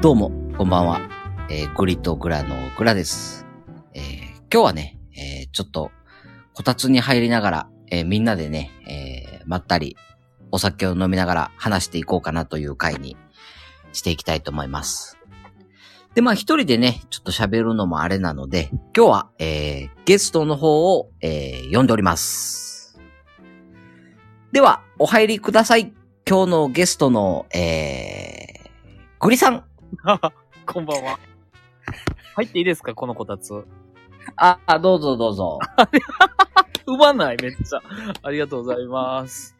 どうも、こんばんは。えー、グリとグラのグラです。えー今日はね、えーちょっと、こたつに入りながら、えーみんなでね、えーまったり、お酒を飲みながら話していこうかなという回にしていきたいと思います。で、まあ一人でね、ちょっと喋るのもあれなので、今日は、えーゲストの方を、えー呼んでおります。では、お入りください。今日のゲストの、えー、グリさん。 こんばんは。入っていいですかこのこたつ。あ、あどうぞどうぞ。うまない、めっちゃ。ありがとうございます。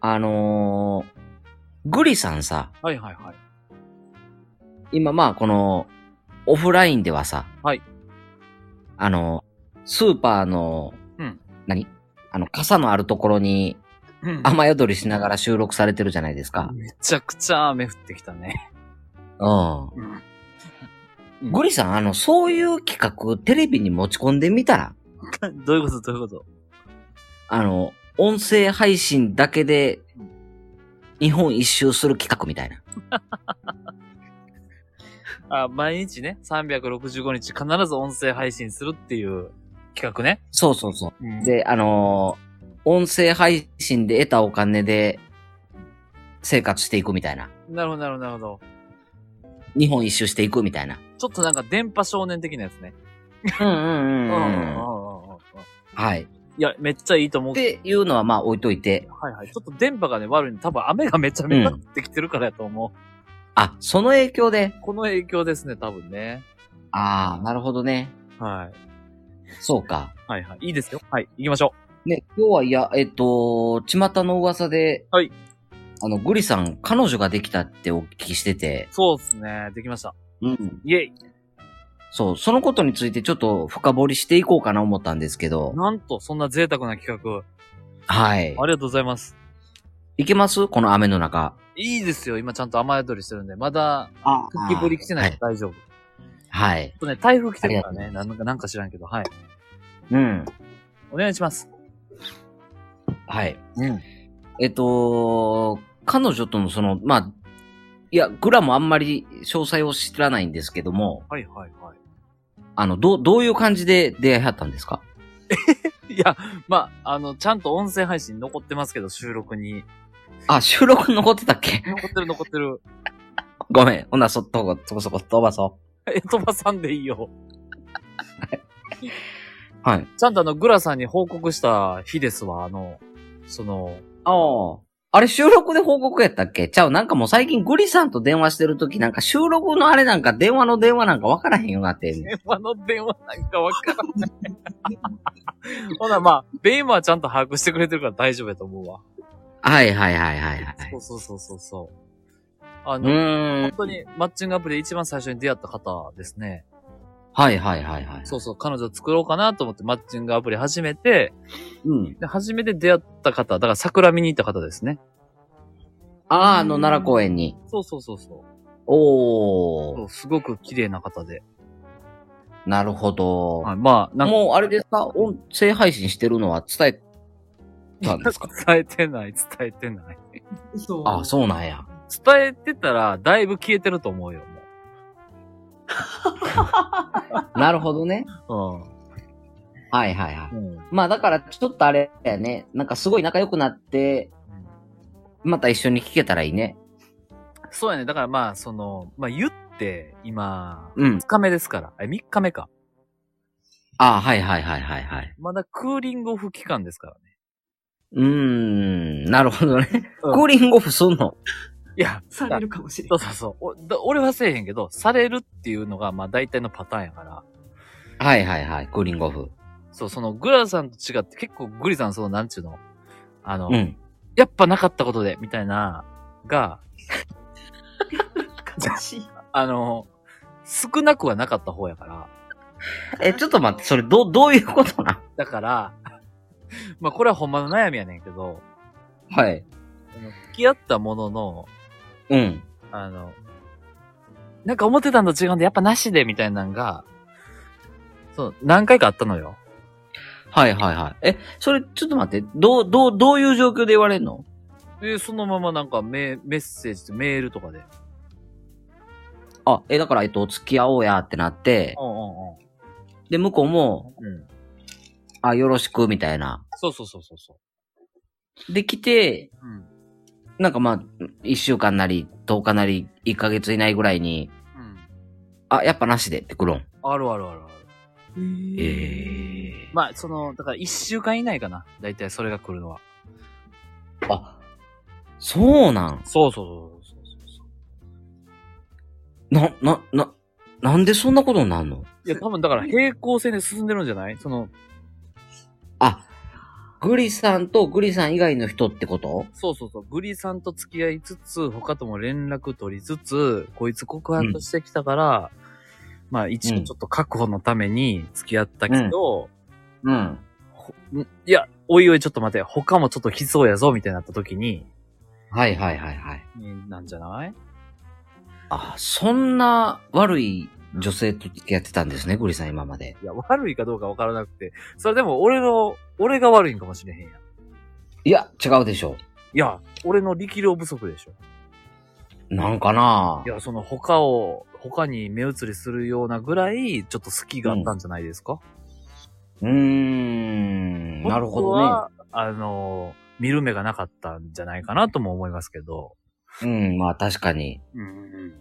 あのー、グリさんさ、はいはいはい。今まあこの、オフラインではさ、はい。あの、スーパーの、うん何あの、傘のあるところにうん雨宿りしながら収録されてるじゃないですか。めちゃくちゃ雨降ってきたね。うん。うんグリさん、あの、そういう企画、テレビに持ち込んでみたら、どういうことどういうことあの、音声配信だけで、日本一周する企画みたいな。あ、毎日ね、365日必ず音声配信するっていう企画ね。そうそうそう。うんで、あのー音声配信で得たお金で生活していくみたいな。なるほどなるほどなるほど。日本一周していくみたいな。ちょっとなんか電波少年的なやつね。うんうんううん。んうんはい。いや、めっちゃいいと思うっけていうのはまあ置いといてど。、はいはい。ちょっと電波がね、悪いの。多分雨がめちゃめちゃ降ってきてるからやと思う。あ、その影響で、この影響ですね、多分ね。ああ、なるほどね。はい。そうか。はいはい。いいですよ。はい。行きましょね、今日はいや、えっと、巷の噂で、はい。あの、グリさん、彼女ができたってお聞きしててう。、そうですね。できました。うん。イェイ。そう、そのことについてちょっと深掘りしていこうかな思ったんですけど、なんと、そんな贅沢な企画。はい。ありがとうございます。いけますこの雨の中。いいですよ。今ちゃんと雨宿りしてるんで、まだ、あクッキーぶり来てない、はい。大丈夫。ちょはいっ。とね、台風来てるかあらね。なんか、なんか知らんけど。はい。うん。お願いします。はい。うん。えっと、彼女とのその、まあ、いや、グラもあんまり詳細を知らないんですけども、はいはいはあの、どう、どういう感じで出会いはったんですかい。いや、まあ、あの、ちゃんと音声配信残ってますけど、収録に。あ、収録残ってたっけ 残ってる残ってる。 ごめん。ほな、そっとこ、そこそこ飛ばそえ、飛ばさんでいいよ。う。はい。ちゃんとあの、グラさんに報告した日ですわ。あの、その、ああ。あれ収録で報告やったっけちゃう、なんかもう最近グリさんと電話してるときなんか収録のあれなんか電話の電話なんかわからへんようになってんねん電話の電話なんかわからない。ほな、まあ、ベイマはちゃんと把握してくれてるから大丈夫やと思うわ。はいはいはいはいはい。そうそうそうそうそう。あうの、ーん本。当にマッチングアプリで一番最初に出会った方ですね。はいはいはいはい。そうそう、彼女作ろうかなと思ってマッチングアプリ始めて、うん。で初めて出会った方、だから桜見に行った方ですね。ああ、あの奈良公園に。そうそうそうそおう。ーそうすごく綺麗な方で。なるほど。はい、まあ、なんか、もうあれですか、音声配信してるのは伝えたんですか伝えてない、伝えてない。 ああ、そうなんや。伝えてたら、だいぶ消えてると思うよ、なるほどね。もはいはいはい。う。うん。うん。まあだからちょっとあれだよね。なんかすごい仲良くなって、また一緒に聞けたらいいね。そうやね。だからまあ、その、まあ言って、今、うん2。日目ですから。え、3日目か。ああ、はいはいはいはいはい。まだクーリングオフ期間ですからね。うーん、なるほどね。クうんーリングオフすんのいや、されるかもしれそなうそうそう。おだ俺はせえへんけど、されるっていうのが、まあ大体のパターンやから。はいはいはい、クーリングオフ。そう、その、グラさんと違って、結構グリさん、その、なんちゅうの、あの、うん。やっぱなかったことで、みたいな、が、い。悲しい。あの、少なくはなかった方やから。え、ちょっと待って、それどう、どういうことなだから、まあこれはほんまの悩みやねんけど、はい。あの付き合ったものの、うん。あの、なんか思ってたのと違うんで、やっぱなしで、みたいなのが、そう、何回かあったのよ。はいはいはい。え、それちょっと待って、どう、どう、どういう状況で言われんので、そのままなんかメメッセージとメールとかで。あ、え、だから、えっと、付き合おうやってなって、うんうんうん。で、向こうも、うん。あ、よろしく、みたいな。そうそうそうそうそで、来て、う。うん。なんかまあ、一週間なり、10日なり、1ヶ月以内ぐらいに、うん。あ、やっぱなしでってくるん。あるあるあるある。ええまあ、その、だから一週間以内かな。だいたいそれが来るのは。あ、そうなん。そうそうそうそうそうそう。な、な、な、なんでそんなことになんのいや、多分だから平行線で進んでるんじゃないその、あ、グリさんとグリさん以外の人ってことそうそうそう、グリさんと付き合いつつ、他とも連絡取りつつ、こいつ告白してきたから、まあ一応ちょっと確保のために付き合ったけど、うん。ほんいや、おいおいちょっと待て、他もちょっと来そうやぞ、みたいになった時に、はいはいはいはい。うんなんじゃないあ、そんな悪い女性と付き合ってたんですね、グリさん今まで。いや、悪いかどうかわからなくて、それでも俺の、俺が悪いんかもしれへんやん。いいや、違うでしょ。や、俺の力量不足でしょ。なんかないや、その他を、他に目移りするようなぐらい、ちょっと好きがあったんじゃないですか、うーん、なるほどね。本当はあの、見る目がなかったんじゃないかなとも思いますけど。うん、まあ確かに。うん、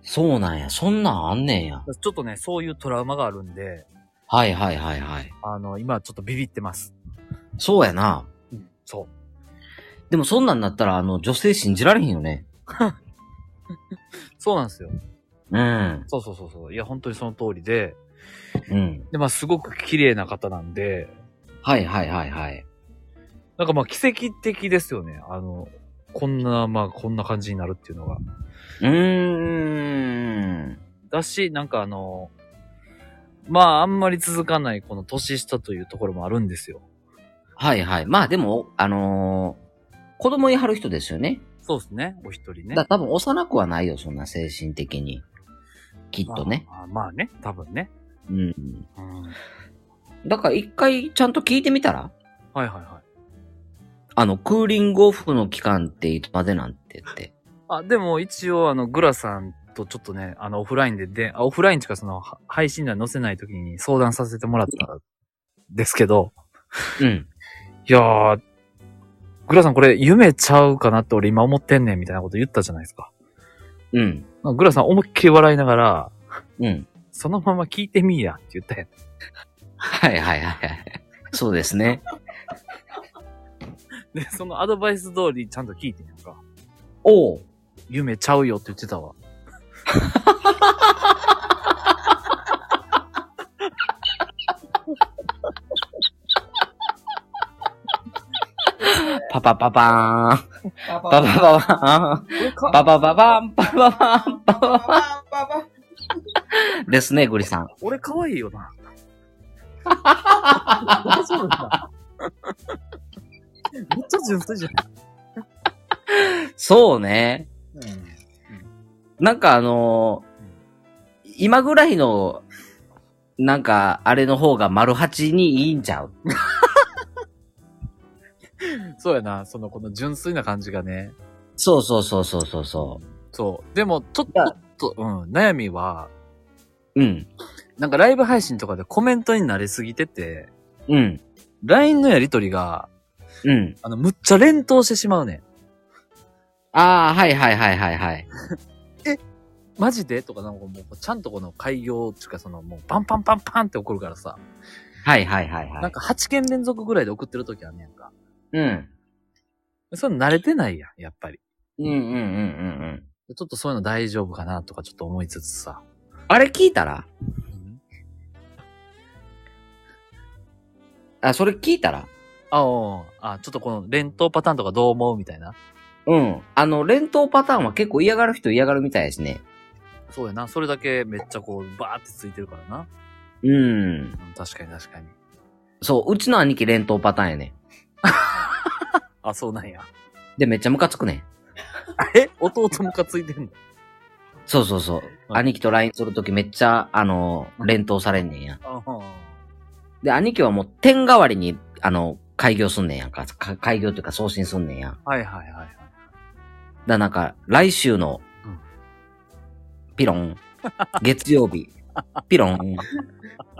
そうなんや、そんなんあんねんや。ちょっとね、そういうトラウマがあるんで、はいはいはいはい。あの、今ちょっとビビってます。そうやな。うん、そう。でもそんなんなったら、あの、女性信じられへんよね。そうなんですよ。うん。そうそうそうそう。いや、本当にその通りで。うん。で、まあ、すごく綺麗な方なんで、はいはいはいはい。なんかまあ、奇跡的ですよね。あの、こんな、まあ、こんな感じになるっていうのが。うーん。だし、なんかあの、まあ、あんまり続かない、この年下というところもあるんですよ。はいはい。まあでも、あのー子供いはる人ですよね。そうですね。お一人ね。だ多分幼くはないよ、そんな精神的に。きっとね。まあ。まあまあね、多分ね。うん。うん。はいだから一回ちゃんと聞いてみたらはいはい。あの、クーリングオフの期間っていつまでなんて言って。あ、でも一応、あの、グラさんとちょっとね、あの、オフラインでで、あオフラインっていうかその、は配信では載せない時に相談させてもらったんですけど、うん。いやー、グラさんこれ夢ちゃうかなって俺今思ってんねんみたいなこと言ったじゃないですか。うん。まあグラさん思いっきり笑いながら、うん。そのまま聞いてみいやって言ったやん。はいはいはいはい。そうですね。 で、そのアドバイス通りちゃんと聞いてんやんか。おう。夢ちゃうよって言ってたわ。パパパパーン。パパパパーン。パパパパーン。パパパーン。パパパーン。ですね、グリさん。俺可愛いよな。そうだ。めっちゃ純粋じゃん。そうね。なんかあのー今ぐらいの、なんか、あれの方が丸八にいいんちゃうそうやな。その、この純粋な感じがね。そうそうそうそうそうそそう。でも、ちょっいとやちょっと、うん、悩みは、う。うん。なんかライブ配信とかでコメントに慣れすぎてて、うん。 LINE のやりとりが、うん。あの、むっちゃ連投してしまうねああ、はいはいはいはいはい。ん。マジでとかなんかもう、ちゃんとこの開業っていうか、その、もう、パンパンパンパンって怒るからさ、はいはいはいはい。なんか8件連続ぐらいで送ってる時あんねやんか。うん。それ慣れてないやん、やっぱり。うんうんうんうんうん。ちょっとそういうの大丈夫かなとかちょっと思いつつさ。あれ聞いたらあ、それ聞いたらあおうあ、ちょっとこの連投パターンとかどう思うみたいな。うん。あの、連投パターンは結構嫌がる人嫌がるみたいですね。そうやな。それだけめっちゃこう、バーってついてるからな。うん。うん確かに確かに。そう、うちの兄貴連投パターンやね。あ、そうなんや。で、めっちゃムカつくね。 え弟もかついてんのそうそうそう。はい兄貴と LINE するときめっちゃ、あの、連投されんねんや。あで、兄貴はもう点代わりに、あの、開業すんねんやんか。か開業というか送信すんねんや。だかはいはいはいはい。らなんか、来週のうん、ピロン。月曜 日。ピロン。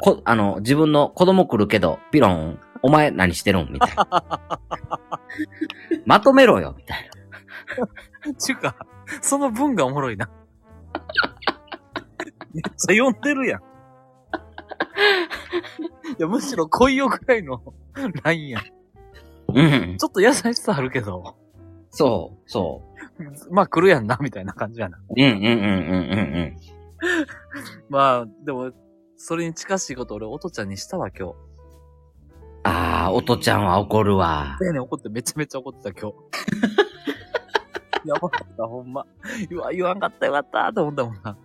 こ、あの、自分の子供来るけど、ピロン。お前何してるんみたいな。 まとめろよ、みたいな。ちゅうか、その文がおもろいな。 めっちゃ呼んでるやん。 いや、むしろ恋よくらいの ラインやん。ちうん。ょっと優しさあるけど、そう、そまあ来るやんな、みたいな感じやな。う。うん、うん、うん、うん、うん、うん。まあ、でも、それに近しいこと俺、おとちゃんにしたわ、今日。あー、おとちゃんは怒るわ。だよね、怒って、めちゃめちゃ怒ってた、 今日。やばかった、ほんま。うわ、言わんかった、よかった、と思ったもんな。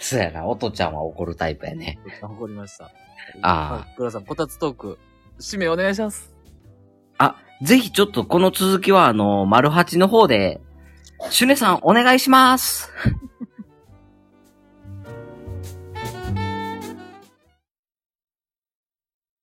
そうやな、おとちゃんは怒るタイプやね。怒りました。あーはい。黒田さん、こたつトーク、締めお願いします。あ、ぜひちょっとこの続きはあの、丸八の方で、シュネさんお願いします。